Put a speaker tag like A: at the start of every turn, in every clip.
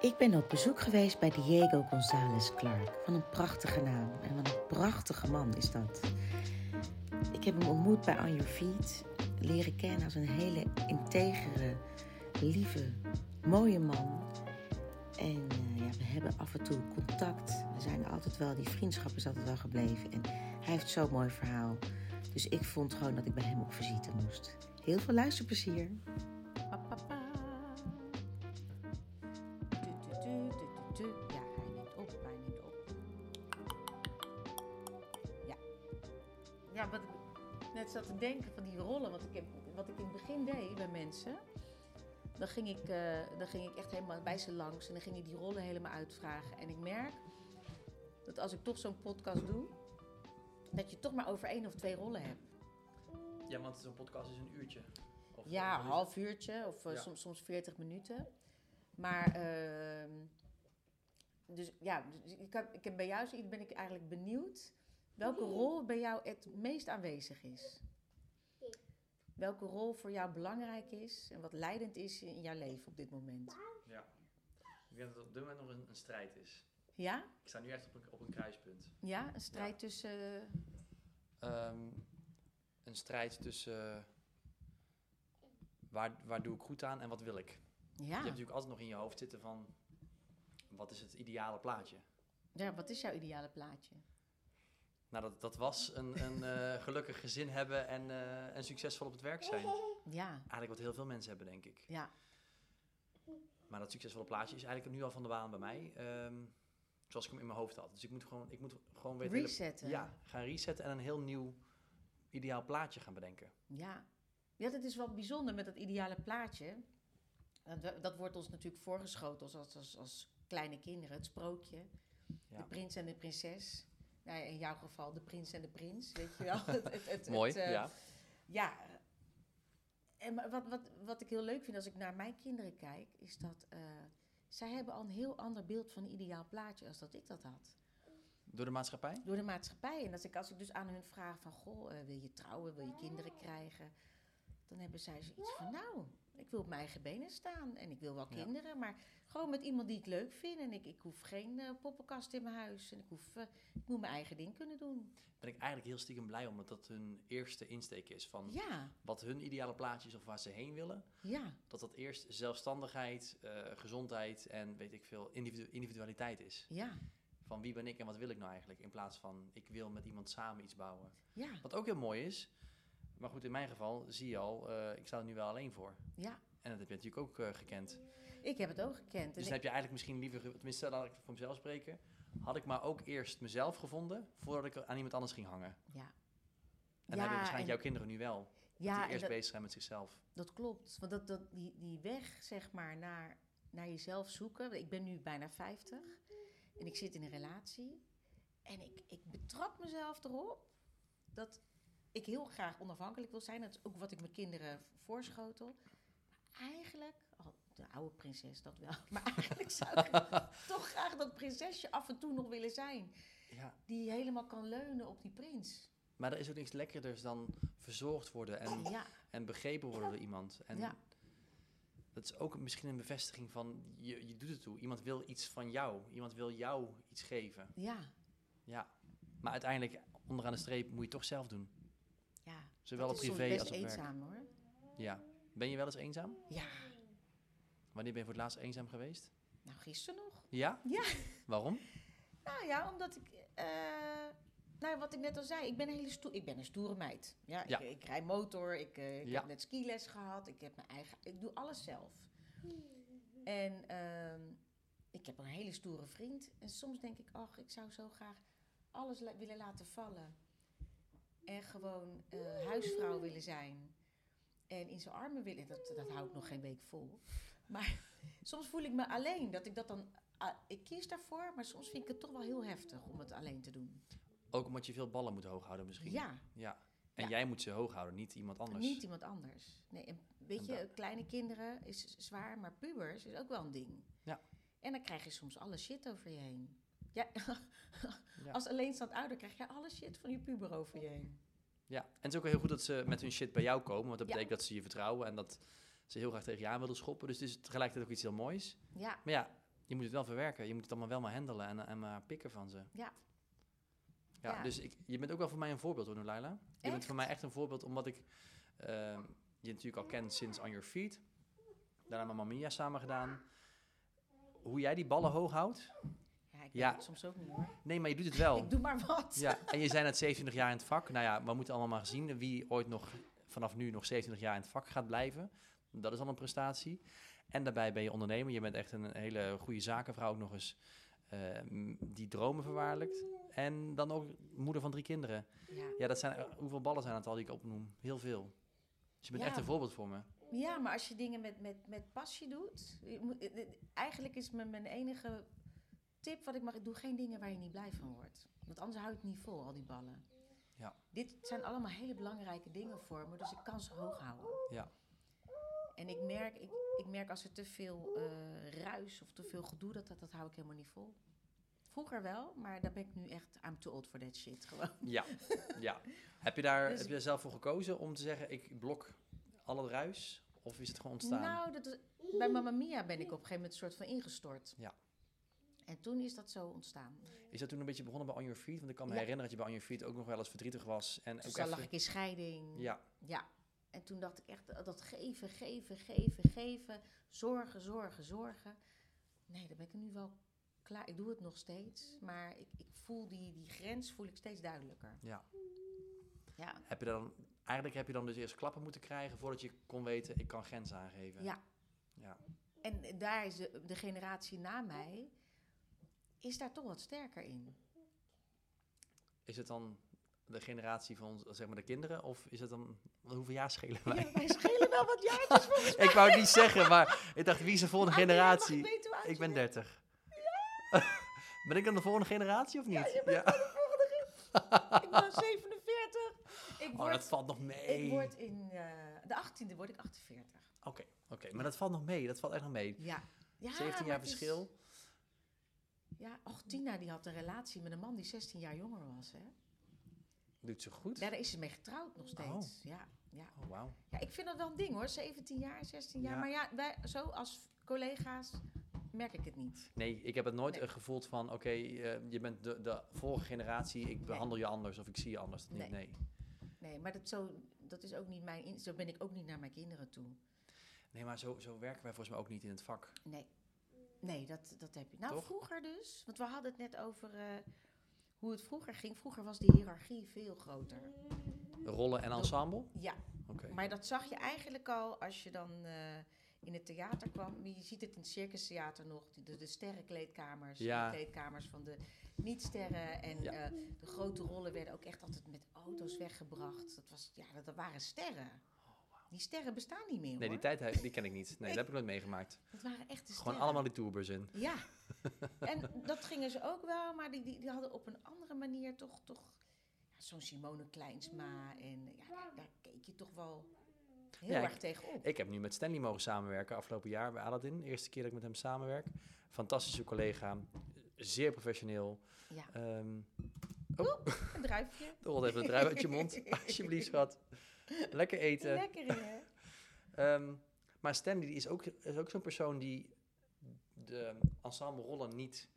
A: Ik ben op bezoek geweest bij Diego González Clark. Van een prachtige naam en wat een prachtige man is dat. Ik heb hem ontmoet bij On Your Feet. Leren kennen als een hele integere, lieve, mooie man. En eh, ja, we hebben af en toe contact. We zijn altijd wel, die vriendschap is altijd wel gebleven. En hij heeft zo'n mooi verhaal. Dus ik vond gewoon dat ik bij hem op visite moest. Heel veel luisterplezier.
B: Pa, pa, pa. Tu, tu, tu, tu, tu, tu. Ja, hij neemt op, hij neemt op. Ja. Ja, wat ik net zat te denken van die rollen, wat ik, heb, wat ik in het begin deed bij mensen. Dan ging, ik, eh, dan ging ik echt helemaal bij ze langs en dan ging ik die rollen helemaal uitvragen. En ik merk dat als ik toch zo'n podcast doe, dat je toch maar over één of twee rollen hebt.
C: Ja, want zo'n podcast is een uurtje. Of- eh,
B: Ja,
C: of-
B: een half uurtje of eh,
C: Ja.
B: soms, soms 40 minuten. Maar, ehm, dus ja, dus ik, heb, ik heb bij jou zoiets, ben ik eigenlijk benieuwd welke rol bij jou het meest aanwezig is. Welke rol voor jou belangrijk is en wat leidend is in jouw leven op dit moment.
C: Ja. Ik denk dat het op dit moment nog een, een strijd is.
B: Ja?
C: Ik sta nu echt op een, op een kruispunt.
B: Ja? Een strijd tussen... eh,
C: Ehm, een strijd tussen eh, waar, waar doe ik goed aan en wat wil ik. Je
B: ja.
C: hebt natuurlijk altijd nog in je hoofd zitten van wat is het ideale plaatje.
B: ja, wat is jouw ideale plaatje?
C: Nou, dat, dat was een, een eh, gelukkig gezin hebben en, eh, en succesvol op het werk zijn.
B: Ja,
C: Eigenlijk wat heel veel mensen hebben, denk ik.
B: ja,
C: Maar dat succesvolle plaatje is eigenlijk nu al van de baan bij mij. ehm, zoals ik hem in mijn hoofd had. Dus ik moet gewoon, ik moet gewoon weer het hele-
B: resetten.
C: Ja, gaan resetten en een heel nieuw ideaal plaatje gaan bedenken.
B: Ja. ja, dat is wel bijzonder met dat ideale plaatje. Dat, we- dat wordt ons natuurlijk voorgeschoten als, als, als kleine kinderen. Het sprookje,
C: Ja.
B: de prins en de prinses. Nou, ja, in jouw geval de prins en de prins, weet je wel. Het- het- het-
C: Mooi,
B: het, eh,
C: ja.
B: ja. En maar wat, wat, wat ik heel leuk vind als ik naar mijn kinderen kijk, is dat eh, zij hebben al een heel ander beeld van een ideaal plaatje als dat ik dat had
C: Door de maatschappij?
B: door de maatschappij. En als ik, als ik dus aan hun vraag van, goh, eh, wil je trouwen, wil je kinderen krijgen? Dan hebben zij zoiets van, nou, ik wil op mijn eigen benen staan en ik wil wel
C: Ja.
B: kinderen. Maar gewoon met iemand die ik leuk vind en ik, ik hoef geen eh, poppenkast in mijn huis. En ik, hoef, eh, ik moet mijn eigen ding kunnen doen.
C: Ben ik eigenlijk heel stiekem blij omdat dat hun eerste insteek is. Van
B: Ja,
C: wat hun ideale plaatje is of waar ze heen willen.
B: ja,
C: Dat dat eerst zelfstandigheid, eh, gezondheid en weet ik veel, individu- individualiteit is.
B: ja,
C: Van wie ben ik en wat wil ik nou eigenlijk? In plaats van ik wil met iemand samen iets bouwen.
B: ja,
C: Wat ook heel mooi is. Maar goed, in mijn geval zie je al, eh, ik sta er nu wel alleen voor.
B: ja.
C: En dat heb je natuurlijk ook eh, gekend.
B: Ik heb het ook gekend. En
C: Dus
B: ik-
C: dan heb je eigenlijk misschien liever, ge- tenminste laat ik voor mezelf spreken, had ik maar ook eerst mezelf gevonden voordat ik aan iemand anders ging hangen.
B: ja.
C: En dan heb je
B: en-
C: waarschijnlijk jouw kinderen nu wel,
B: ja,
C: die
B: en
C: eerst
B: dat,
C: bezig zijn met zichzelf.
B: Dat klopt. Want dat, dat, die, die weg, zeg maar, naar, naar jezelf zoeken. Ik ben nu bijna 50 en ik zit in een relatie. En ik, ik betrap mezelf erop dat ik heel graag onafhankelijk wil zijn. Dat is ook wat ik mijn kinderen voorschotel. Maar eigenlijk, al de oude prinses dat wel, maar eigenlijk zou ik toch graag dat prinsesje af en toe nog willen zijn.
C: Ja.
B: Die helemaal kan leunen op die prins.
C: Maar er is ook niks lekkerders dan verzorgd worden en,
B: Ja,
C: en begrepen worden door iemand. En
B: Ja.
C: dat is ook misschien een bevestiging van, je, je doet het toe. Iemand wil iets van jou, iemand wil jou iets geven.
B: ja,
C: Ja. Maar uiteindelijk, onderaan de streep, moet je het toch zelf doen.
B: ja.
C: Zowel
B: dat
C: op
B: is soms
C: privé
B: best
C: als op werk.
B: eenzaam hoor.
C: Ja. Ben je wel eens eenzaam?
B: Ja,
C: Wanneer ben je voor het laatst eenzaam geweest?
B: Nou, gisteren nog.
C: Ja?
B: Ja.
C: Waarom?
B: Nou ja, omdat ik... eh, nou, ja, wat ik net al zei, ik ben een, hele stoer, ik ben een stoere meid. Ja,
C: Ja.
B: Ik, ik rij motor, ik, eh, ik
C: Ja.
B: heb net skiles gehad, ik heb mijn eigen... Ik doe alles zelf. En ehm, ik heb een hele stoere vriend. En soms denk ik, ach, ik zou zo graag alles la- willen laten vallen. En gewoon eh, huisvrouw willen zijn. En in zijn armen willen... Dat, dat hou ik nog geen week vol. Maar soms voel ik me alleen. Dat ik dat dan... ah, ik kies daarvoor, maar soms vind ik het toch wel heel heftig om het alleen te doen.
C: Ook omdat je veel ballen moet hoog houden misschien.
B: Ja,
C: Ja. En
B: Ja.
C: jij moet ze hoog houden, niet iemand anders.
B: niet iemand anders. Nee, en weet
C: En
B: je,
C: da-
B: kleine kinderen is zwaar, maar pubers is ook wel een ding.
C: Ja.
B: En dan krijg je soms alle shit over je heen. Ja,
C: Ja.
B: als alleenstaand ouder krijg je alle shit van je puber over je heen.
C: Ja. En het is ook heel goed dat ze met hun shit bij jou komen, want dat
B: Ja.
C: betekent dat ze je vertrouwen en dat ze heel graag tegen je aan willen schoppen. Dus het is tegelijkertijd ook iets heel moois.
B: Ja,
C: Maar ja, je moet het wel verwerken. Je moet het allemaal wel maar handelen en, en maar pikken van ze.
B: Ja.
C: Ja,
B: Ja.
C: dus ik, je bent ook wel voor mij een voorbeeld hoor, Noulaila. Je bent voor mij echt een voorbeeld omdat ik ehm, je natuurlijk al ken sinds On Your Feet. Daarna met Mamma Mia samen gedaan. Hoe jij die ballen hoog houdt.
B: Ja, ik
C: Ja. Oh.
B: weet het soms ook niet hoor.
C: Nee, maar je doet het wel.
B: Ik doe maar wat.
C: Ja, en je zijn net 27 jaar in het vak. Nou ja, we moeten allemaal maar zien wie ooit nog vanaf nu nog 27 jaar in het vak gaat blijven. Dat is al een prestatie. En daarbij ben je ondernemer. Je bent echt een hele goede zakenvrouw ook nog eens. eh, m, die dromen verwaarlijkt. En dan ook moeder van drie kinderen.
B: Ja.
C: Ja, dat zijn, eh, hoeveel ballen zijn het al die ik opnoem? Heel veel. Dus je bent
B: Ja.
C: echt een voorbeeld voor me.
B: Ja, maar als je dingen met, met, met passie doet. je moet- eh, eh, Eigenlijk is mijn, mijn enige tip wat ik mag. Doe geen dingen waar je niet blij van wordt. Want anders hou je het niet vol, al die ballen.
C: Ja.
B: Dit zijn allemaal hele belangrijke dingen voor me, dus ik kan ze hoog houden.
C: Ja.
B: En ik merk, ik, ik merk als er te veel eh, ruis of te veel gedoe, dat, dat, dat hou ik helemaal niet vol. Vroeger wel, maar daar ben ik nu echt. I'm too old for that shit. Gewoon.
C: Ja, ja. Heb je, daar,
B: Dus-
C: heb je daar zelf voor gekozen om te zeggen: ik blok alle ruis? Of is het gewoon ontstaan?
B: Nou, dat is- bij Mamma Mia ben ik op een gegeven moment soort van ingestort.
C: Ja. Nou,
B: En toen is dat zo ontstaan.
C: Is dat toen een beetje begonnen bij On Your Feet? Want ik kan me
B: Ja.
C: herinneren dat je bij On Your Feet ook nog wel eens verdrietig was. En ook
B: Dus dan lag
C: even-
B: ik in scheiding.
C: Ja,
B: Ja. En toen dacht ik echt, eh, dat geven, geven, geven, geven. Zorgen, zorgen, zorgen. Nee, daar ben ik nu wel klaar. Ik doe het nog steeds. Maar ik, ik voel die, die grens voel ik steeds duidelijker.
C: ja.
B: Ja.
C: Heb je dan, eigenlijk heb je dan dus eerst klappen moeten krijgen voordat je kon weten, ik kan grenzen aangeven.
B: Ja.
C: Ja.
B: En daar is de, de generatie na mij, is daar toch wat sterker in.
C: Is het dan de generatie van ons, zeg maar de kinderen? Of is het dan, hoeveel jaar schelen wij?
B: Ja, wij schelen wel wat jaartjes volgens mij.
C: ik wou het niet zeggen, maar ik dacht, wie is de volgende
B: Adriaan, Ah, mag ik
C: generatie?
B: weten hoe oud
C: Ik
B: je
C: ben
B: bent?
C: 30. ben ik dan de volgende generatie of niet? Ja.
B: Ik ben 47. Ik
C: Oh,
B: word,
C: dat valt nog mee.
B: ik word in eh, de 18e word ik 48.
C: Oké, oké, maar dat valt nog mee. Dat valt echt nog mee.
B: Ja. ja
C: 17
B: maar
C: jaar
B: het is-
C: verschil.
B: ja, och, Tina die had een relatie met een man die 16 jaar jonger was. Hè?
C: Doet ze goed?
B: Ja, daar is ze mee getrouwd nog steeds.
C: Oh.
B: Ja, ja.
C: Oh, wauw.
B: ja, ik vind dat wel een ding hoor. 17 jaar, 16 jaar.
C: Ja.
B: Maar ja, wij, zo als collega's merk ik het niet.
C: Nee, ik heb het nooit
B: Nee.
C: eh, gevoeld van, oké, eh, je bent de, de vorige generatie, ik behandel je anders of ik zie je anders. Nee,
B: Nee.
C: nee.
B: Nee, maar dat, zo, dat is ook niet mijn. in- Zo ben ik ook niet naar mijn kinderen toe.
C: nee maar zo, zo werken wij volgens mij ook niet in het vak.
B: Nee. Nee, dat, dat heb je. Nou,
C: Toch?
B: vroeger dus. Want we hadden het net over eh, hoe het vroeger ging. Vroeger was de hiërarchie veel groter.
C: Rollen en ensemble?
B: Ja,
C: Oké.
B: maar dat zag je eigenlijk al als je dan eh, in het theater kwam. Je ziet het in het circustheater nog. De, de sterrenkleedkamers.
C: Ja.
B: De kleedkamers van de niet-sterren. En
C: Ja.
B: eh, de grote rollen werden ook echt altijd met auto's weggebracht. Dat, was, ja, dat, dat waren sterren. Die sterren bestaan niet meer
C: Oh, Nee, die
B: hoor.
C: tijd heb- die ken ik niet. Nee, dat heb ik nooit meegemaakt.
B: Dat waren echt de
C: Gewoon
B: sterren.
C: allemaal die tourbus in.
B: Ja, en dat gingen ze ook wel, maar die, die, die hadden op een andere manier toch, toch ja, zo'n Simone Kleinsma. En ja, daar, daar keek je toch wel heel
C: Ja,
B: erg
C: ik-
B: tegenop.
C: Ik heb nu met Stanley mogen samenwerken afgelopen jaar bij Aladdin. Eerste keer dat ik met hem samenwerk. Fantastische collega, zeer professioneel.
B: Ja,
C: Ehm,
B: een druifje.
C: de rol even een druif uit je mond, alsjeblieft schat. Lekker eten.
B: Lekker in, hè?
C: Ehm, maar Stanley die is ook, is ook zo'n persoon die de ensemble rollen niet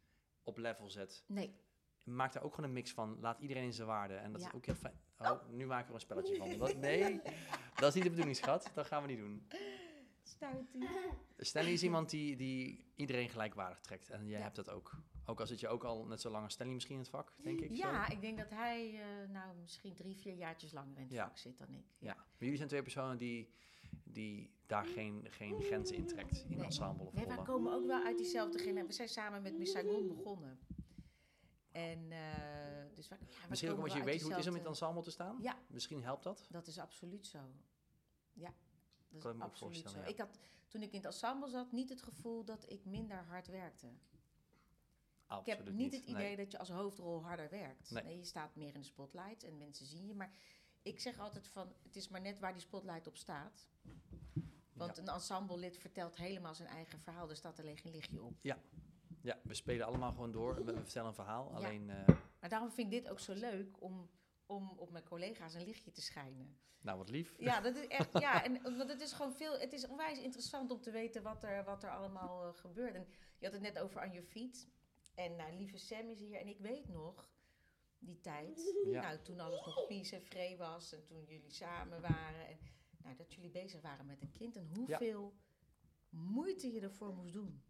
C: op level zet.
B: Nee,
C: Maak daar ook gewoon een mix van. Laat iedereen in zijn waarde. En dat
B: Ja.
C: is ook heel fijn. Oh, nu maken we er een spelletje van. Dat, nee, dat is niet de bedoeling, schat. Dat gaan we niet doen.
B: stuitie.
C: Stanley is iemand die, die iedereen gelijkwaardig trekt. En jij
B: Ja.
C: hebt dat ook. Ook al zit je ook al net zo lang als Stanley misschien in het vak, denk ik. zo.
B: Ja, ik denk dat hij eh, nou misschien drie, vier jaartjes langer in het
C: Ja.
B: vak zit dan ik.
C: ja. Maar jullie zijn twee personen die, die daar geen, geen grenzen in trekt. In
B: Nee.
C: ensemble of
B: Nee, wij
C: rollen.
B: komen ook wel uit diezelfde generatie. We zijn samen met Miss Saigon begonnen. En eh, dus wij, ja, wij komen
C: Misschien ook omdat je
B: wel uit
C: weet hoe het is om in
B: diezelfde-
C: het ensemble te staan.
B: Ja.
C: Misschien helpt dat.
B: Dat is absoluut zo. Ja, dat
C: Kan ik
B: is
C: me ook
B: absoluut zo.
C: voorstellen, ja.
B: Ik had toen ik in het ensemble zat niet het gevoel dat ik minder hard werkte. ik
C: Absoluut
B: heb niet, het idee dat je als hoofdrol harder werkt.
C: Nee.
B: Nee. je staat meer in de spotlight en mensen zien je. Maar ik zeg altijd van, het is maar net waar die spotlight op staat. Want een ensemblelid vertelt helemaal zijn eigen verhaal. Er staat alleen geen lichtje op.
C: Ja, we spelen allemaal gewoon door. We, we vertellen een verhaal.
B: Ja.
C: Alleen, eh,
B: Maar daarom vind ik dit ook zo leuk om, om op mijn collega's een lichtje te schijnen.
C: Nou, wat lief.
B: Ja, dat is echt. Ja, en, want het is gewoon veel. Het is onwijs interessant om te weten wat er, wat er allemaal eh, gebeurt. En je had het net over aan je fiets. En nou, lieve Sam is hier. En ik weet nog die tijd.
C: Ja.
B: Nou, toen alles nog pies en vree was. En toen jullie samen waren. En nou, dat jullie bezig waren met een kind. En hoeveel moeite je ervoor moest doen.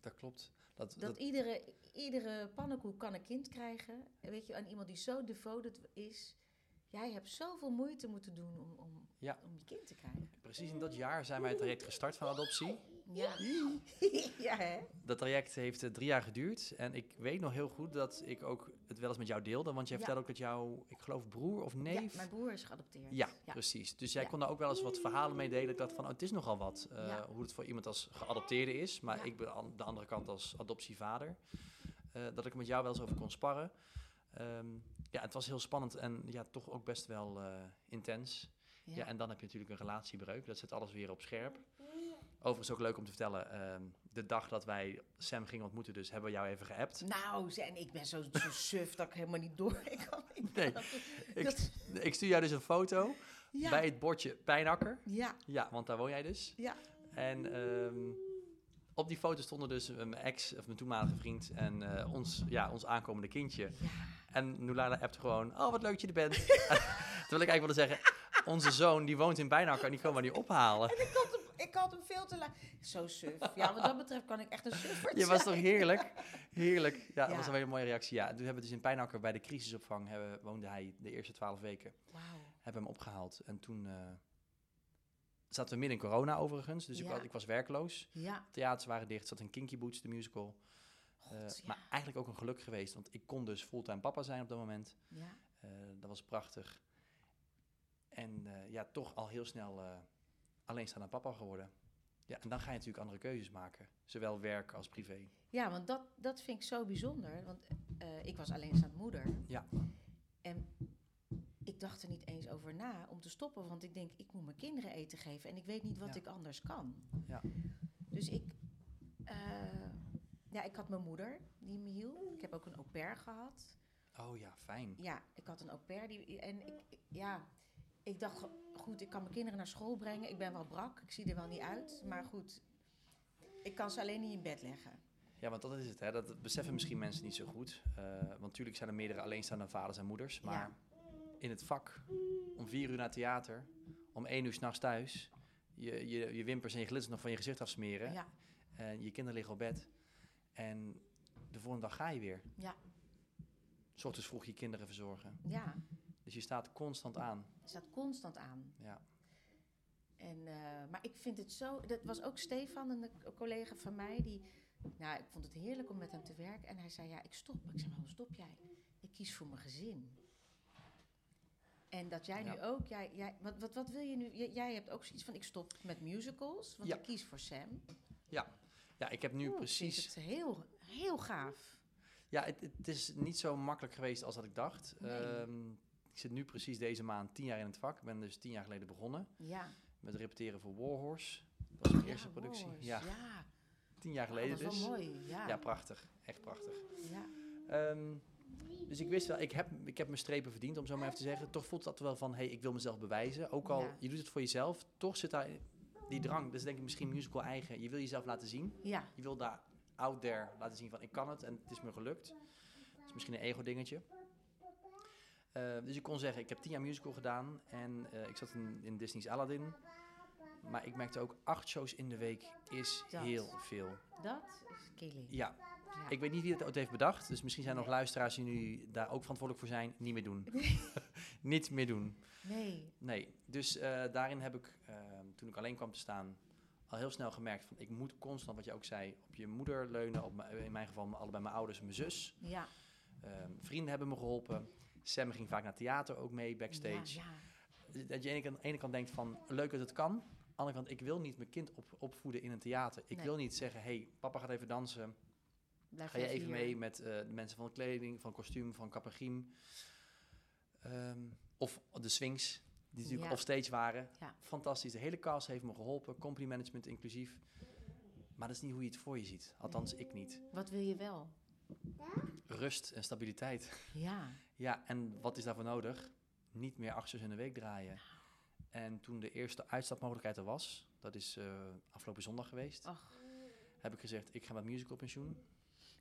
C: Dat klopt. Dat,
B: Dat
C: dat,
B: iedere, iedere pannenkoek kan een kind krijgen. En Weet je, aan iemand die zo devoted is. Jij hebt zoveel moeite moeten doen om, om,
C: Ja.
B: om je kind te krijgen.
C: precies in dat jaar zijn wij het traject gestart van adoptie.
B: Ja. ja, hè?
C: Dat traject heeft eh, drie jaar geduurd. En ik weet nog heel goed dat ik ook het wel eens met jou deelde. Want jij
B: Ja.
C: vertelde ook dat jouw, ik geloof, broer of neef...
B: Ja, mijn broer is geadopteerd.
C: Ja, precies. Dus jij
B: Ja.
C: kon daar ook wel eens wat verhalen mee delen. Ik dacht van, oh, het is nogal wat eh,
B: Ja.
C: hoe het voor iemand als geadopteerde is. Maar
B: Ja.
C: ik ben aan de andere kant als adoptievader. eh, dat ik er met jou wel eens over kon sparren. Ehm, ja, het was heel spannend en ja, toch ook best wel eh, intens. Ja. en dan heb je natuurlijk een relatiebreuk. Dat zet alles weer op scherp. Overigens ook leuk om te vertellen, ehm, de dag dat wij Sam gingen ontmoeten, dus hebben we jou even geappt.
B: Nou, ze- en ik ben zo, zo suf dat ik helemaal niet door ik kan. Ik
C: Nee,
B: dat-
C: ik-
B: dat-
C: Ik stuur jou dus een foto
B: ja,
C: bij het bordje Pijnakker.
B: ja,
C: Ja, want daar woon jij dus.
B: Ja.
C: En ehm, op die foto stonden dus eh, mijn ex, of mijn toenmalige vriend, en eh, ons, ja, ons aankomende kindje. En Noulala appt gewoon, oh wat leuk dat je er bent. Terwijl ik eigenlijk wilde zeggen, onze zoon die woont in Bijnakker en die komen we niet ophalen.
B: En ik had hem, ik had hem veel te laat. Zo suf. Ja, wat dat betreft kan ik echt een suffert
C: Je was
B: zijn.
C: toch heerlijk? Heerlijk. Ja, dat
B: Ja.
C: was een hele mooie reactie. Ja, toen hebben we dus in Pijnakker bij de crisisopvang, hebben, woonde hij de eerste twaalf weken.
B: Wauw.
C: Hebben hem opgehaald en toen... eh, Zaten we midden in corona overigens, dus ik,
B: Ja.
C: was, ik was werkloos.
B: Ja,
C: theaters waren dicht, zat in Kinky Boots, de musical.
B: God,
C: Eh,
B: ja.
C: Maar eigenlijk ook een geluk geweest, want ik kon dus fulltime papa zijn op dat moment.
B: ja.
C: Eh, dat was prachtig. En eh, ja, toch al heel snel eh alleenstaande papa geworden. Ja, en dan ga je natuurlijk andere keuzes maken, zowel werk als privé.
B: Ja, want dat, dat vind ik zo bijzonder. Want eh, ik was alleenstaand moeder.
C: Ja.
B: En ik dacht er niet eens over na om te stoppen. Want ik denk, ik moet mijn kinderen eten geven. En ik weet niet wat
C: Ja.
B: ik anders kan.
C: Ja.
B: Dus ik... eh, ja, ik had mijn moeder die me hielp. Ik heb ook een au pair gehad.
C: Oh ja, fijn.
B: Ja, ik had een au pair. Die, en ik, ik- ja, ik dacht, go- goed, ik kan mijn kinderen naar school brengen. Ik ben wel brak, ik zie er wel niet uit. Maar goed, ik kan ze alleen niet in bed leggen.
C: Ja, want dat is het, hè. dat beseffen misschien mensen niet zo goed. Eh, want natuurlijk zijn er meerdere alleenstaande vaders en moeders.
B: Ja.
C: Maar in het vak, om vier uur naar het theater, om één uur s'nachts thuis... Je, je, je wimpers en je glitters nog van je gezicht afsmeren.
B: Ja,
C: En je kinderen liggen op bed. En de volgende dag ga je weer.
B: Ja.
C: S ochtends vroeg je kinderen verzorgen.
B: ja,
C: Dus je staat constant aan.
B: het staat constant aan.
C: Ja.
B: En, eh, maar ik vind het zo, dat was ook Stefan, een eh, collega van mij, die, nou, ik vond het heerlijk om met hem te werken. En hij zei, ja, ik stop. Ik zei, waarom stop jij? Ik kies voor mijn gezin. En dat jij nu
C: Ja.
B: ook, jij, jij, wat, wat, wat wil je nu? Jij, jij hebt ook zoiets van, ik stop met musicals, want
C: Ja.
B: ik kies voor Sam.
C: Ja, ik heb nu
B: Oeh, ik vind
C: precies.
B: Het heel, heel gaaf.
C: Ja, het, het is niet zo makkelijk geweest als dat ik dacht.
B: Nee.
C: Ehm, ik zit nu precies deze maand tien jaar in het vak. Ik ben dus tien jaar geleden begonnen
B: Ja.
C: met repeteren voor Warhorse. Dat was mijn eerste
B: Ja,
C: productie.
B: Wars,
C: Ja,
B: ja.
C: tien jaar
B: Ah,
C: geleden
B: dat is
C: dus.
B: wel mooi. Ja.
C: Ja,
B: Ja.
C: prachtig. Echt prachtig. Ehm, dus ik wist wel, ik heb, ik heb mijn strepen verdiend, om zo maar even te zeggen. Toch voelt dat wel van, hé, hey, ik wil mezelf bewijzen. Ook al,
B: Ja.
C: je doet het voor jezelf, toch zit daar die drang. Dat is denk ik misschien musical eigen. Je wil jezelf laten zien.
B: ja,
C: Je wil daar out there laten zien van, ik kan het en het is me gelukt. Dat is misschien een ego-dingetje. Eh, dus ik kon zeggen, ik heb tien jaar musical gedaan en eh, ik zat in, in Disney's Aladdin. Maar ik merkte ook, acht shows in de week is
B: Dat.
C: heel veel.
B: dat is killing.
C: Ja,
B: Ja.
C: ik weet niet wie dat ooit heeft bedacht, dus misschien zijn er nog luisteraars die nu daar ook verantwoordelijk voor zijn. Niet meer doen. niet meer doen.
B: Nee,
C: Nee. Dus eh, daarin heb ik, eh, toen ik alleen kwam te staan, al heel snel gemerkt van ik moet constant, wat je ook zei, op je moeder leunen. Op mijn- in mijn geval mijn- allebei mijn ouders en mijn zus.
B: ja.
C: Ehm, vrienden hebben me geholpen. Sam ging vaak naar theater ook mee, backstage.
B: Ja, ja.
C: Dat je aan de ene kant, aan de ene kant denkt van leuk dat het kan. Aan de andere kant, ik wil niet mijn kind op, opvoeden in een theater. Ik
B: Nee.
C: wil niet zeggen, hey, papa gaat even dansen.
B: Blijf
C: Ga je
B: jij
C: even
B: hier.
C: mee met eh, de mensen van kleding, van kostuum, van kap en griem. Ehm, of de Sphinx, die natuurlijk
B: Ja.
C: offstage waren.
B: Ja.
C: Fantastisch. De hele cast heeft me geholpen. Company management inclusief. Maar dat is niet hoe je het voor je ziet. Althans, ik niet.
B: Wat wil je wel?
C: rust en stabiliteit.
B: Ja.
C: Ja, en wat is daarvoor nodig? Niet meer acht uur in de week draaien. En toen de eerste uitstapmogelijkheid er was, dat is eh, afgelopen zondag geweest,
B: Ach,
C: heb ik gezegd, ik ga met musical pensioen.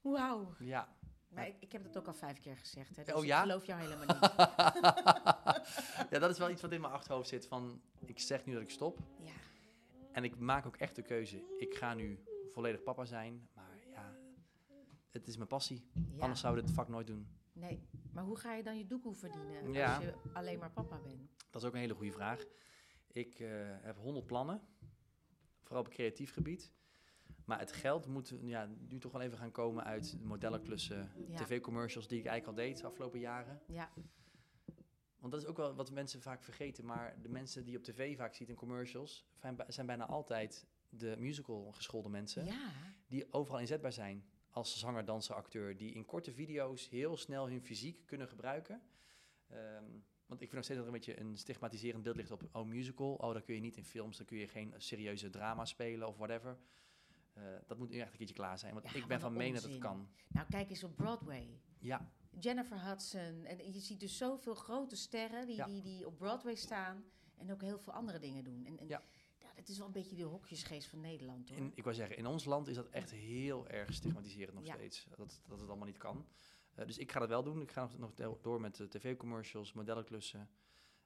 B: wauw.
C: Ja.
B: Maar ik, ik heb dat ook al vijf keer gezegd. Hè,
C: Oh,
B: dus
C: ja?
B: ik geloof jou helemaal niet.
C: ja, dat is wel iets wat in mijn achterhoofd zit van, ik zeg nu dat ik stop.
B: Ja.
C: En ik maak ook echt de keuze, ik ga nu volledig papa zijn, maar ja, het is mijn passie.
B: ja.
C: Anders zou ik dit vak nooit doen.
B: Nee, maar hoe ga je dan je doekoe verdienen
C: Ja.
B: als je alleen maar papa bent?
C: Dat is ook een hele goede vraag. Ik eh, heb 100 plannen, vooral op creatief gebied. Maar het geld moet ja, nu toch wel even gaan komen uit modellenklussen,
B: Ja.
C: tv-commercials die ik eigenlijk al deed de afgelopen jaren.
B: Ja.
C: Want dat is ook wel wat mensen vaak vergeten. Maar de mensen die je op tv vaak ziet in commercials, zijn, bij- zijn bijna altijd de musical geschoolde mensen.
B: Ja.
C: Die overal inzetbaar zijn als zanger, danser, acteur. Die in korte video's heel snel hun fysiek kunnen gebruiken. Ehm, want ik vind nog steeds dat er een beetje een stigmatiserend beeld ligt op oh, musical. Oh, dan kun je niet in films, dan kun je geen serieuze drama spelen of whatever. Eh, dat moet nu echt een keertje klaar zijn. Want
B: Ja,
C: ik
B: wat
C: ben
B: een
C: van mening dat het
B: onzin.
C: kan.
B: Nou, kijk eens op Broadway.
C: Ja,
B: Jennifer Hudson. En je ziet dus zoveel grote sterren die,
C: Ja.
B: die, die op Broadway staan. En ook heel veel andere dingen doen. En, en
C: Ja.
B: ja. dat is wel een beetje de hokjesgeest van Nederland, hoor.
C: in, ik wou zeggen, in ons land is dat echt heel erg stigmatiserend nog
B: Ja.
C: steeds. Dat, dat het allemaal niet kan. Eh, dus ik ga dat wel doen. Ik ga nog- nog del- door met de tv-commercials, modellenklussen.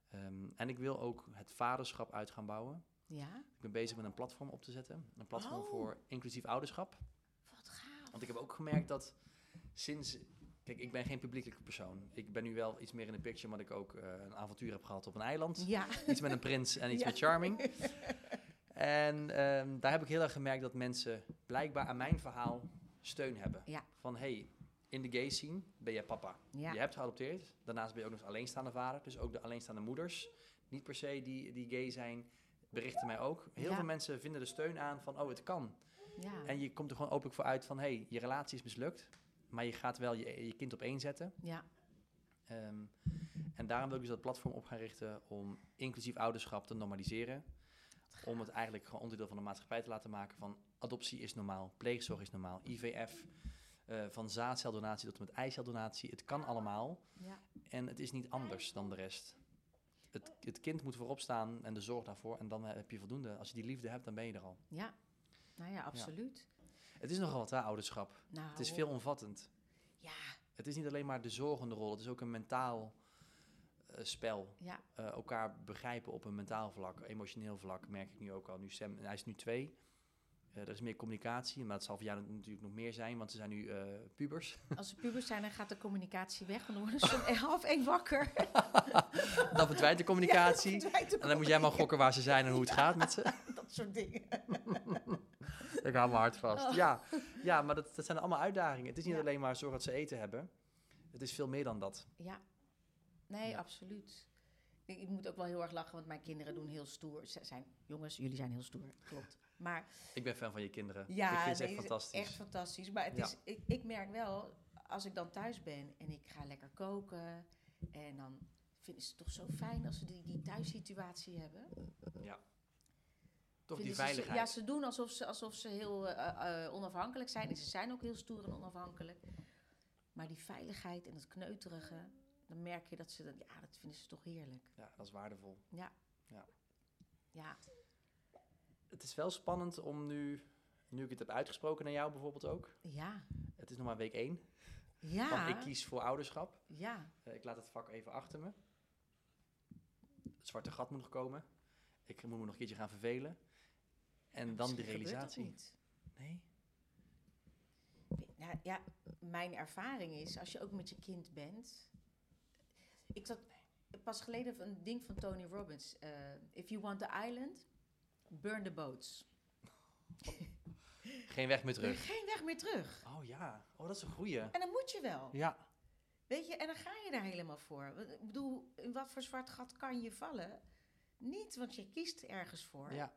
C: Ehm, en ik wil ook het vaderschap uit gaan bouwen.
B: Ja?
C: Ik ben bezig met een platform op te zetten. Een platform
B: Oh.
C: voor inclusief ouderschap.
B: Wat gaaf.
C: Want ik heb ook gemerkt dat sinds... Kijk, ik ben geen publiekelijke persoon. Ik ben nu wel iets meer in de picture, omdat ik ook eh, een avontuur heb gehad op een eiland.
B: Ja.
C: Iets met een prins en iets
B: Ja.
C: met charming. En ehm, daar heb ik heel erg gemerkt dat mensen blijkbaar aan mijn verhaal steun hebben.
B: Ja.
C: Van, hey, in de gay scene ben jij papa.
B: Ja.
C: Je hebt geadopteerd. Daarnaast ben je ook nog eens alleenstaande vader. Dus ook de alleenstaande moeders, niet per se die, die gay zijn, berichten mij ook. Heel
B: Ja.
C: veel mensen vinden de steun aan van, oh, het kan.
B: Ja.
C: En je komt er gewoon openlijk voor uit van, hey, je relatie is mislukt. Maar je gaat wel je, je kind op één zetten.
B: ja.
C: Ehm, en daarom wil ik dus dat platform op gaan richten om inclusief ouderschap te normaliseren. Om het eigenlijk gewoon onderdeel van de maatschappij te laten maken van adoptie is normaal, pleegzorg is normaal, IVF, eh, van zaadceldonatie tot en met eiceldonatie. Het kan allemaal
B: Ja.
C: en het is niet anders dan de rest. Het, het kind moet voorop staan en de zorg daarvoor en dan heb je voldoende. Als je die liefde hebt, dan ben je er al.
B: Ja. Nou ja, absoluut.
C: Het is nogal wat, hè, ouderschap.
B: Nou,
C: Het is veelomvattend.
B: Ja.
C: Het is niet alleen maar de zorgende rol, het is ook een mentaal eh, spel.
B: Ja.
C: eh, elkaar begrijpen op een mentaal vlak, emotioneel vlak, merk ik nu ook al. Nu Sam, hij is nu twee. Eh, er is meer communicatie, maar het zal voor jou natuurlijk nog meer zijn, want ze zijn nu eh, pubers.
B: Als ze pubers zijn, dan gaat de communicatie weg. En dan worden ze om half één wakker.
C: Dan verdwijnt de communicatie.
B: Verdwijnt de
C: en dan moet jij maar gokken waar ze zijn en hoe het gaat met ze.
B: communicatie, Dat soort dingen.
C: Ik hou me hard vast.
B: Oh.
C: Ja, ja maar dat, dat zijn allemaal uitdagingen. Het is niet
B: Ja.
C: alleen maar zorg dat ze eten hebben. Het is veel meer dan dat.
B: Ja, nee,
C: Ja.
B: absoluut. Ik, ik moet ook wel heel erg lachen, want mijn kinderen doen heel stoer. Ze zijn, jongens, jullie zijn heel stoer, klopt. Maar
C: Ik ben fan van je kinderen.
B: ja,
C: ik vind ze
B: nee,
C: echt fantastisch.
B: Echt fantastisch. Maar het
C: Ja.
B: is, ik, ik merk wel, als ik dan thuis ben en ik ga lekker koken... en dan vinden ze het toch zo fijn als ze die, die thuissituatie hebben.
C: Toch die
B: Vinden ze- ze-
C: veiligheid.
B: ja, ze doen alsof ze, alsof ze heel eh, eh, onafhankelijk zijn. En ze zijn ook heel stoer en onafhankelijk. Maar die veiligheid en dat kneuterige... dan merk je dat ze dat... Ja, dat vinden ze toch heerlijk.
C: ja, dat is waardevol.
B: Ja,
C: Het is wel spannend om nu, nu ik het heb uitgesproken naar jou bijvoorbeeld ook.
B: ja,
C: Het is nog maar week één.
B: ja.
C: Want ik kies voor ouderschap.
B: Ja,
C: Eh, ik laat het vak even achter me. Het zwarte gat moet nog komen. Ik moet me nog een keertje gaan vervelen. En dan
B: misschien
C: de
B: gebeurt dat
C: realisatie.
B: niet.
C: Nee?
B: Nou, ja, mijn ervaring is, als je ook met je kind bent. Ik zat pas geleden een ding van Tony Robbins. eh, If you want the island, burn the boats.
C: Geen weg meer
B: Er is
C: terug.
B: geen weg meer terug.
C: Oh ja. Oh, dat is een goeie.
B: En dan moet je wel.
C: Ja.
B: Weet je, en dan ga je daar helemaal voor. Want Ik bedoel, in wat voor zwart gat kan je vallen? Niet, want je kiest ergens voor.
C: Ja.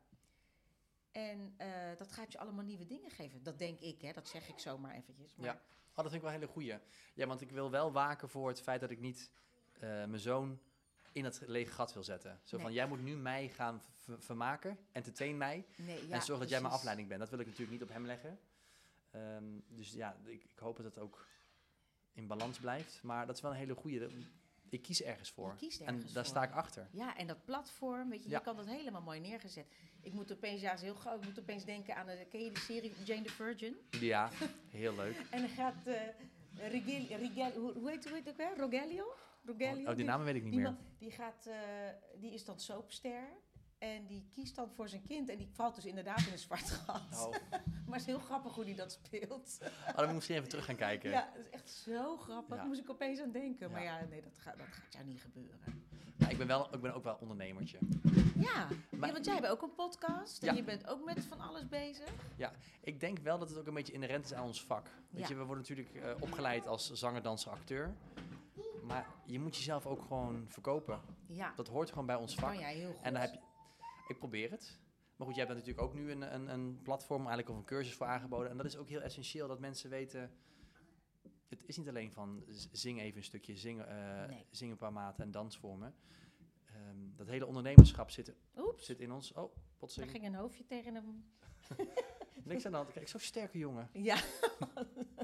B: En eh, dat gaat je allemaal nieuwe dingen geven. Dat denk ik, hè. Dat zeg ik zomaar eventjes. Maar
C: Ja. Oh, dat vind ik wel een hele goeie. Ja, want ik wil wel waken voor het feit dat ik niet eh, mijn zoon in dat lege gat wil zetten. Zo van,
B: Nee.
C: jij moet nu mij gaan ver- vermaken. Entertain mij.
B: nee, ja,
C: en zorg dat jij mijn
B: precies.
C: afleiding bent. Dat wil ik natuurlijk niet op hem leggen. Ehm, dus ja, ik, ik hoop dat dat ook in balans blijft. Maar dat is wel een hele goede. Ik kies ergens voor.
B: Je kiest
C: en
B: ergens
C: daar
B: voor.
C: sta ik achter.
B: Ja, en dat platform, weet je,
C: Ja.
B: je kan dat helemaal mooi neergezet. Ik moet opeens, ja, is heel groot, ik moet opeens denken aan, de, ken je de serie Jane the Virgin?
C: Ja, heel leuk.
B: En dan gaat eh Rigel, Rigel, hoe, hoe heet hoe heet het ook weer? Rogelio? Rogelio?
C: Oh, die namen weet ik niet
B: die,
C: meer.
B: man- die, gaat, eh, die is dan soapster en die kiest dan voor zijn kind en die valt dus inderdaad in een zwart gat.
C: Oh,
B: Maar het is heel grappig hoe die dat speelt.
C: oh, dan moet ik misschien even terug gaan kijken.
B: Ja, dat is echt zo grappig.
C: Ja.
B: Moest ik opeens aan denken. Maar
C: Ja.
B: ja, nee, dat, gaat dat gaat jou niet gebeuren.
C: Ja, ik, ben wel, ik ben ook wel ondernemertje.
B: Ja,
C: Maar-
B: ja want jij hebt ook een podcast. En
C: Ja.
B: je bent ook met van alles bezig.
C: Ik denk wel dat het ook een beetje inherent is aan ons vak. Weet
B: Ja.
C: je, we worden natuurlijk eh, opgeleid als zanger, danser, acteur. Maar je moet jezelf ook gewoon verkopen.
B: Ja,
C: Dat hoort gewoon bij ons
B: dat
C: vak.
B: kan jij heel goed.
C: En dan heb je, ik probeer het. Maar goed, jij bent natuurlijk ook nu een, een, een platform eigenlijk of een cursus voor aangeboden. En dat is ook heel essentieel dat mensen weten. Het is niet alleen van z- zing even een stukje, zing, eh,
B: Nee.
C: zing een paar maten en dansvormen. Ehm, dat hele ondernemerschap zit,
B: Oeps,
C: zit in ons. Oh,
B: daar
C: plotseling.
B: ging een hoofdje tegen hem.
C: Niks aan de hand. Kijk, zo'n sterke jongen.
B: Ja.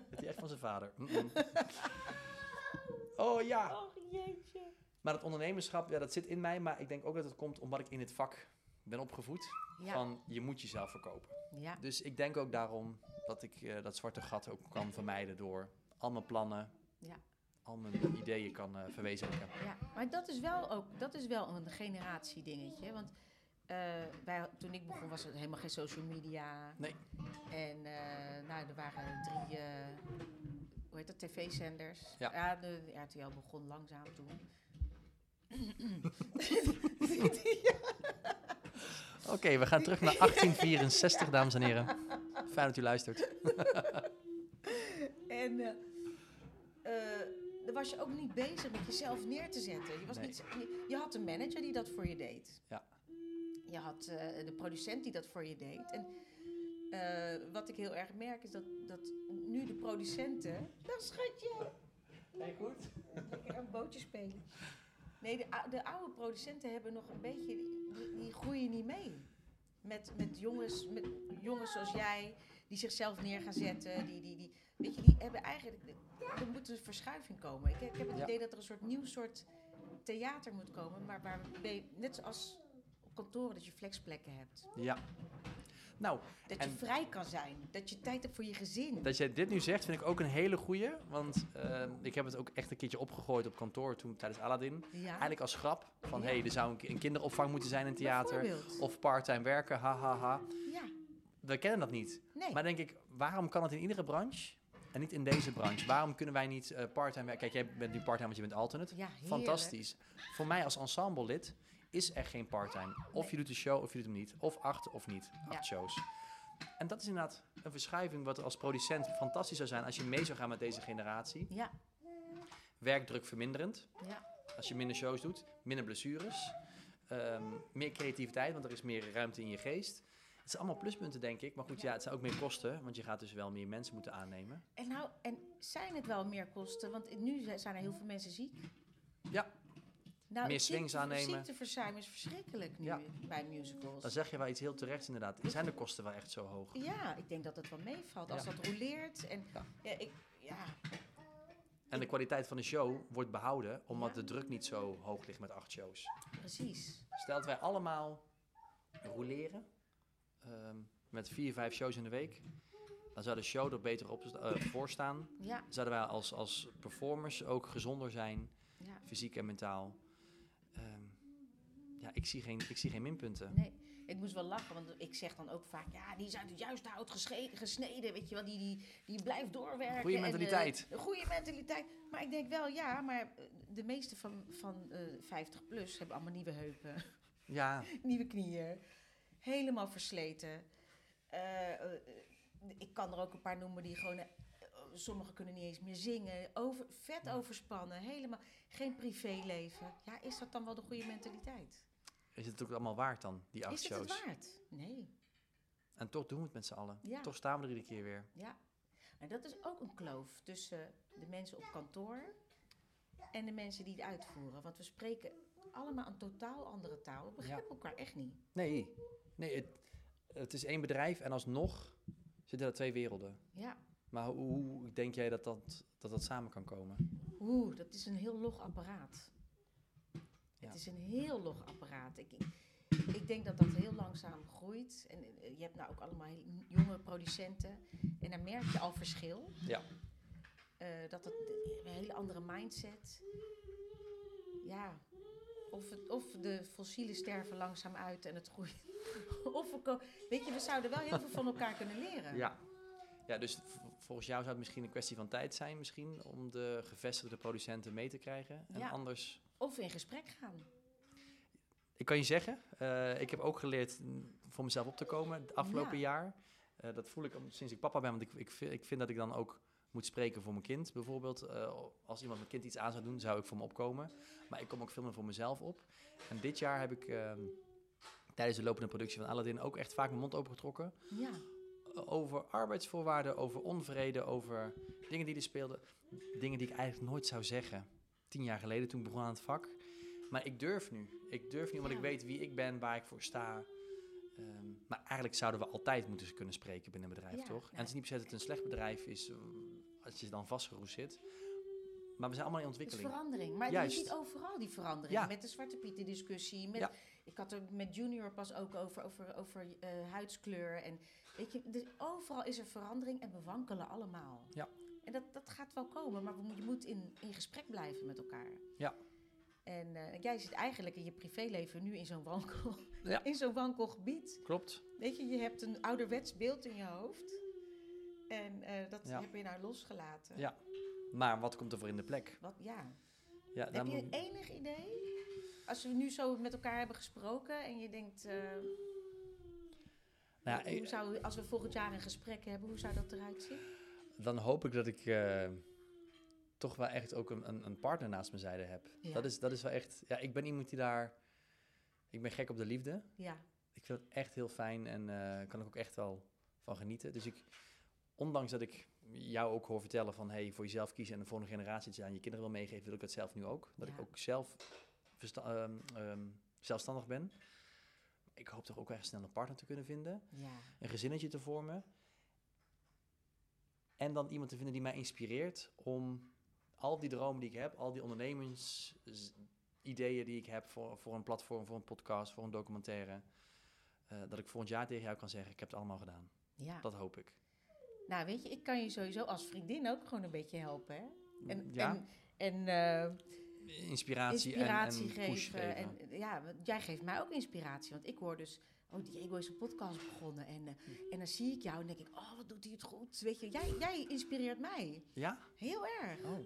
C: Het is echt van zijn vader. Mm-mm. Oh ja.
B: Och, jeetje.
C: Maar dat ondernemerschap, ja, dat zit in mij. Maar ik denk ook dat het komt omdat ik in het vak ben opgevoed.
B: Ja,
C: Van je moet jezelf verkopen.
B: ja.
C: Dus ik denk ook daarom dat ik eh, dat zwarte gat ook kan vermijden door al mijn plannen,
B: Ja.
C: al mijn ideeën kan eh, verwezenlijken.
B: Ja, maar dat is wel ook dat is wel een generatie dingetje. Want eh, wij, toen ik begon was er helemaal geen social media.
C: Nee.
B: En eh, nou, er waren drie, eh, hoe heet dat, tv-zenders.
C: Ja.
B: de, de RTL begon langzaam toen.
C: Oké, we gaan terug naar 1864, dames en heren. Fijn dat u luistert.
B: En eh eh, dan was je ook niet bezig met jezelf neer te zetten. Je, was
C: Nee.
B: niet, je had een manager die dat voor je deed.
C: Ja.
B: Je had eh, de producent die dat voor je deed. En eh, wat ik heel erg merk is dat, dat nu de producenten... Dan schatje,
C: Hey, goed.
B: lekker een bootje spelen. Nee, de, ou- de oude producenten hebben nog een beetje... Die, die groeien niet mee. Met, met, jongens, met jongens zoals jij, die zichzelf neer gaan zetten. Die, die, die, weet je, die hebben eigenlijk... Er moet een verschuiving komen. Ik, ik heb het
C: Ja.
B: idee dat er een soort nieuw soort theater moet komen. Maar waar, we- net zoals op kantoren, dat je flexplekken hebt.
C: Ja. Nou,
B: Dat
C: En-
B: je vrij kan zijn. Dat je tijd hebt voor je gezin.
C: dat jij dit nu zegt vind ik ook een hele goeie. Want eh, ik heb het ook echt een keertje opgegooid op kantoor toen tijdens Aladdin.
B: ja,
C: Eigenlijk als grap van,
B: Ja.
C: hé, hey, er zou een, ki- een kinderopvang moeten zijn in het theater.
B: bijvoorbeeld.
C: Of parttime werken, ha ha ha.
B: Ja,
C: We kennen dat niet.
B: nee.
C: Maar denk ik, waarom kan het in iedere branche en niet in deze branche? Waarom kunnen wij niet eh part-time werken? Kijk, jij bent nu part-time, want je bent alternate.
B: ja, heerlijk.
C: Fantastisch. Voor mij als ensemblelid is er geen part-time. Of
B: Nee.
C: je doet de show of je doet hem niet. Of acht of niet. Acht
B: Ja.
C: shows. En dat is inderdaad een verschuiving wat als producent fantastisch zou zijn als je mee zou gaan met deze generatie.
B: Ja,
C: Werkdruk verminderend.
B: ja,
C: Als je minder shows doet, minder blessures. ehm, meer creativiteit, want er is meer ruimte in je geest. Het zijn allemaal pluspunten, denk ik. Maar goed, ja, het zijn ook meer kosten, want je gaat dus wel meer mensen moeten aannemen.
B: en nou, en zijn het wel meer kosten? Want i- nu zi- zijn er heel veel mensen ziek.
C: Ja.
B: Nou,
C: Meer
B: ziekte-
C: swings aannemen.
B: Ziekteverzuim is verschrikkelijk nu
C: Ja.
B: bij musicals.
C: Dan zeg je wel iets heel terechts, inderdaad. Zijn de kosten wel echt zo hoog?
B: Ja, ik denk dat dat wel meevalt. Als
C: Ja.
B: dat roleert en...
C: Ja.
B: Ja. ik, ja,
C: En de kwaliteit van de show wordt behouden, omdat
B: Ja.
C: de druk niet zo hoog ligt met acht shows.
B: precies.
C: Stel dat wij allemaal roleren ehm, met vier, vijf shows in de week, dan zou de show er beter op, eh, voor staan.
B: Ja,
C: Zouden wij als, als performers ook gezonder zijn,
B: ja.
C: fysiek en mentaal? Ehm, ja, ik zie, geen, ik zie geen minpunten.
B: Nee, ik moest wel lachen, want ik zeg dan ook vaak, ja, die zijn uit het juiste hout gesche- gesneden, weet je wel, die, die, die blijft doorwerken.
C: Goeie
B: en, eh,
C: mentaliteit.
B: een goede mentaliteit. Maar ik denk wel, ja, maar eh, de meeste van, van eh, 50 plus hebben allemaal nieuwe heupen,
C: Ja,
B: nieuwe knieën, helemaal versleten. Eh, eh, eh, ik kan er ook een paar noemen die gewoon, eh, eh, sommigen kunnen niet eens meer zingen, over, vet overspannen, helemaal geen privéleven. Ja, is dat dan wel de goede mentaliteit?
C: is het ook allemaal waard dan, die acht
B: Is het
C: shows?
B: het waard? Nee.
C: En toch doen we het met z'n allen.
B: Ja.
C: Toch staan we er iedere keer weer.
B: Ja, en dat is ook een kloof tussen de mensen op kantoor en de mensen die het uitvoeren. Want we spreken allemaal een totaal andere taal. We begrijpen elkaar echt niet.
C: Nee, nee het, het is één bedrijf en alsnog zitten er twee werelden.
B: Ja,
C: Maar hoe, hoe denk jij dat dat, dat dat samen kan komen?
B: Oeh, dat is een heel log apparaat.
C: Ja.
B: Het is een heel log apparaat. Ik, ik- ik denk dat dat heel langzaam groeit. En eh, je hebt nou ook allemaal heel jonge producenten. En daar merk je al verschil.
C: Ja.
B: Eh, dat het eh, een hele andere mindset. Ja. Of, het, of de fossielen sterven langzaam uit en het groeit. of we ko- Weet je, we zouden wel heel veel van elkaar kunnen leren.
C: Ja. Ja, dus v- volgens jou zou het misschien een kwestie van tijd zijn misschien om de gevestigde producenten mee te krijgen. En
B: Ja.
C: anders
B: Of in gesprek gaan.
C: Ik kan je zeggen, eh, ik heb ook geleerd mm, voor mezelf op te komen het afgelopen
B: Ja.
C: jaar. Eh, dat voel ik om- sinds ik papa ben, want ik, ik, vi- ik vind dat ik dan ook moet spreken voor mijn kind. Bijvoorbeeld, eh, als iemand mijn kind iets aan zou doen, zou ik voor me opkomen. Maar ik kom ook veel meer voor mezelf op. En dit jaar heb ik ehm, tijdens de lopende productie van Aladdin ook echt vaak mijn mond opengetrokken.
B: Ja.
C: Over arbeidsvoorwaarden, over onvrede, over dingen die er speelden. Dingen die ik eigenlijk nooit zou zeggen. Tien jaar geleden toen ik begon aan het vak. Maar ik durf nu. Ik durf nu, want
B: Ja.
C: ik weet wie ik ben, waar ik voor sta. Ehm, maar eigenlijk zouden we altijd moeten kunnen spreken binnen een bedrijf,
B: Ja,
C: toch? En
B: nou,
C: het is niet per se dat het een slecht bedrijf is, mm, als je dan vastgeroest zit. Maar we zijn allemaal in
B: Het is
C: ontwikkeling.
B: verandering. Maar
C: Juist.
B: je ziet overal die verandering.
C: Ja.
B: Met de Zwarte Pieten discussie. Met,
C: Ja.
B: Ik had er met Junior pas ook over, over, over eh, huidskleur. En weet je, dus overal is er verandering en we wankelen allemaal.
C: Ja.
B: En dat, dat gaat wel komen, maar we moet- je moet in, in gesprek blijven met elkaar.
C: Ja.
B: En eh, jij zit eigenlijk in je privéleven nu in zo'n wankel,
C: Ja.
B: in zo'n wankel gebied.
C: Klopt.
B: Weet je, je hebt een ouderwets beeld in je hoofd. En eh, dat
C: Ja.
B: heb je nou losgelaten.
C: Ja. Maar wat komt er voor in de plek?
B: Wat, ja.
C: Ja, daar
B: Heb je
C: moet-
B: enig idee? Als we nu zo met elkaar hebben gesproken en je denkt, eh,
C: Nou ja,
B: hoe zou, als we volgend jaar een gesprek hebben, hoe zou dat eruit zien?
C: dan hoop ik dat ik eh, toch wel echt ook een, een, een partner naast mijn zijde heb.
B: Ja.
C: Dat, is, dat is wel echt. Ja, ik ben iemand die daar. Ik ben gek op de liefde.
B: Ja,
C: Ik vind het echt heel fijn en eh kan ik ook echt wel van genieten. Dus ik, ondanks dat ik jou ook hoor vertellen van hey, voor jezelf kiezen en de volgende generatie iets aan je kinderen wil meegeven, wil ik dat zelf nu ook. Dat ik
B: Ja.
C: ook zelf versta- ehm, ehm, zelfstandig ben. Ik hoop toch ook erg snel een partner te kunnen vinden
B: ja,
C: een gezinnetje te vormen. En dan iemand te vinden die mij inspireert om al die dromen die ik heb, al die ondernemersideeën die ik heb voor, voor een platform, voor een podcast, voor een documentaire. eh, dat ik volgend jaar tegen jou kan zeggen, ik heb het allemaal gedaan.
B: ja.
C: Dat hoop ik.
B: Nou, weet je, ik kan je sowieso als vriendin ook gewoon een beetje helpen. Hè? En,
C: ja,
B: en, en eh,
C: inspiratie, en-
B: inspiratie
C: en,
B: geven.
C: push geven.
B: En, ja, want jij geeft mij ook inspiratie, want ik hoor dus, oh, Diego is een podcast begonnen. En, eh, en dan zie ik jou en denk ik, oh, wat doet hij het goed. Weet je, jij, jij inspireert mij.
C: Ja?
B: Heel erg.
C: Oh,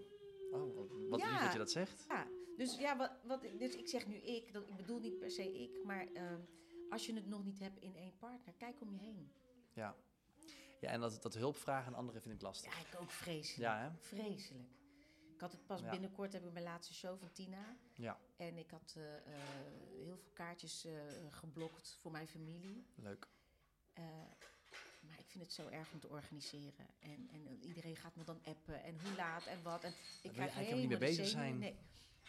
C: oh wat, wat
B: Ja.
C: lief dat je dat zegt.
B: Ja, dus, ja, wat, wat, dus ik zeg nu ik, dat, ik bedoel niet per se ik, maar ehm, als je het nog niet hebt in één partner, kijk om je heen.
C: Ja, en dat, dat hulp vragen aan anderen vind ik lastig.
B: Ja, ik ook vreselijk.
C: Ja, hè?
B: Vreselijk. Ik had het pas
C: Ja.
B: binnenkort, heb ik mijn laatste show van Tina.
C: Ja.
B: En ik had eh, eh, heel veel kaartjes eh, geblokt voor mijn familie.
C: Leuk.
B: Eh, maar ik vind het zo erg om te organiseren. En, en iedereen gaat me dan appen. En hoe laat en wat. En ik
C: je
B: krijg
C: eigenlijk helemaal niet mee
B: de
C: bezig
B: zenuwen.
C: zijn.
B: Nee.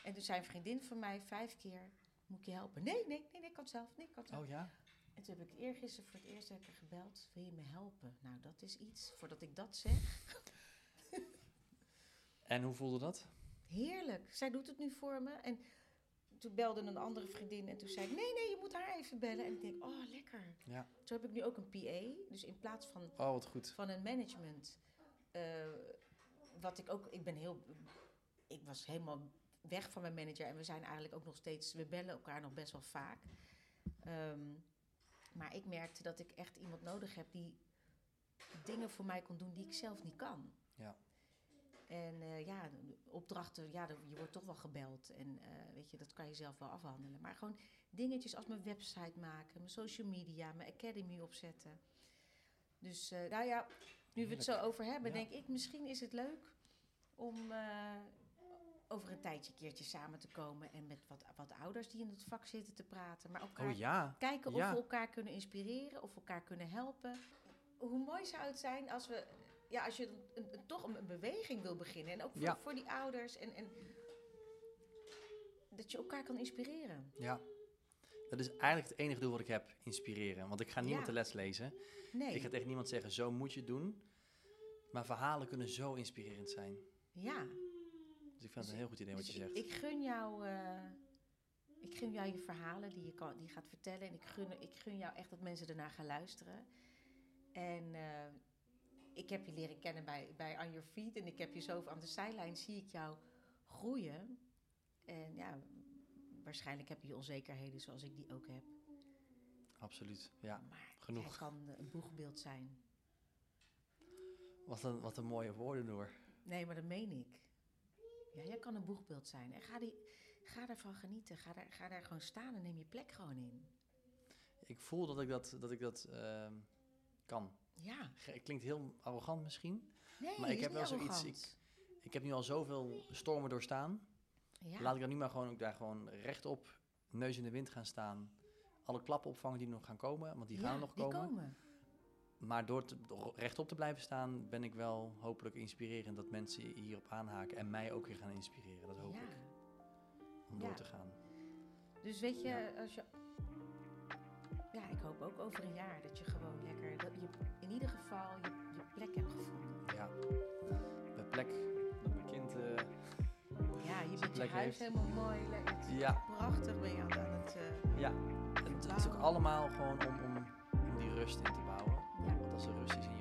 B: En toen zei een vriendin van mij vijf keer... Moet ik je helpen? Nee, nee, nee, nee, ik kan het zelf. Nee, ik kan het zelf.
C: Oh ja?
B: En toen heb ik eergisteren voor het eerst heb ik haar gebeld. Wil je me helpen? Nou, dat is iets. Voordat ik dat zeg.
C: En hoe voelde dat?
B: Heerlijk. Zij doet het nu voor me. En toen belde een andere vriendin. En toen zei ik... Nee, nee, je moet haar even bellen. En ik denk, oh, lekker.
C: Ja.
B: Zo heb ik nu ook een PA. Dus in plaats van
C: Oh, wat goed.
B: van een management. eh, wat ik ook, ik ben heel, ik was helemaal weg van mijn manager en we zijn eigenlijk ook nog steeds, we bellen elkaar nog best wel vaak. Ehm, maar ik merkte dat ik echt iemand nodig heb die dingen voor mij kon doen die ik zelf niet kan.
C: Ja.
B: En eh, ja, de opdrachten, ja, dan- je wordt toch wel gebeld. En eh, weet je, dat kan je zelf wel afhandelen. Maar gewoon dingetjes als mijn website maken, mijn social media, mijn academy opzetten. Dus eh, nou ja, nu we het zo over hebben,
C: Ja.
B: denk ik, misschien is het leuk om eh, over een tijdje een keertje samen te komen en met wat, wat ouders die in het vak zitten te praten. Maar elkaar
C: Oh ja.
B: kijken of
C: Ja.
B: we elkaar kunnen inspireren, of elkaar kunnen helpen. Hoe mooi zou het zijn als we, ja, als je een, een- een- toch een, een beweging wil beginnen. En ook voor,
C: Ja.
B: voor die ouders. En, en dat je elkaar kan inspireren.
C: Ja. Dat is eigenlijk het enige doel wat ik heb, inspireren. Want ik ga niemand
B: Ja.
C: de les lezen.
B: Nee.
C: Ik ga tegen niemand zeggen, zo moet je het doen. Maar verhalen kunnen zo inspirerend zijn.
B: Ja.
C: Dus ik vind het een heel goed idee wat je
B: Dus ik-
C: zegt.
B: Ik gun jou, eh, ik gun jou je verhalen die je, kan, die je gaat vertellen. En ik gun, ik gun jou echt dat mensen ernaar gaan luisteren. En eh, ik heb je leren kennen bij, bij On Your Feet. En ik heb je zo aan de zijlijn zie ik jou groeien. En ja, waarschijnlijk heb je je onzekerheden zoals ik die ook heb.
C: Absoluut. Ja,
B: Maar
C: genoeg.
B: jij kan eh, een boegbeeld zijn.
C: Wat een, wat een mooie woorden hoor.
B: Nee, maar dat meen ik. Ja, jij kan een boegbeeld zijn. En ga, die, ga daarvan genieten. Ga daar, ga daar gewoon staan en neem je plek gewoon in.
C: Ik voel dat ik dat, dat, ik dat ehm, kan.
B: Ja.
C: Ge- Klinkt heel arrogant misschien.
B: Nee,
C: Maar ik
B: is
C: heb
B: niet
C: wel zoiets,
B: arrogant.
C: Ik heb nu al zoveel stormen doorstaan.
B: Ja.
C: Laat ik dan nu maar gewoon ook daar gewoon rechtop, neus in de wind gaan staan. Alle klappen opvangen die nog gaan komen, want die
B: Ja,
C: gaan nog
B: die
C: komen. Maar door te, door rechtop te blijven staan, ben ik wel hopelijk inspirerend dat mensen hierop aanhaken en mij ook weer gaan inspireren. Dat hoop
B: Ja.
C: ik, om
B: Ja.
C: door te gaan.
B: Dus weet je, als je. Ja, ik hoop ook over een jaar dat je gewoon lekker. Dat je in ieder geval je, je plek hebt gevonden.
C: Ja, de plek dat mijn kind... eh,
B: Ja, je bent je
C: plek
B: huis
C: heeft.
B: helemaal mooi. Lekker. Het is
C: ja,
B: Prachtig ben je aan het. eh,
C: ja. En het is ook allemaal gewoon om, om, om die rust in te bouwen.
B: ja.
C: Want als er rust is in je eh,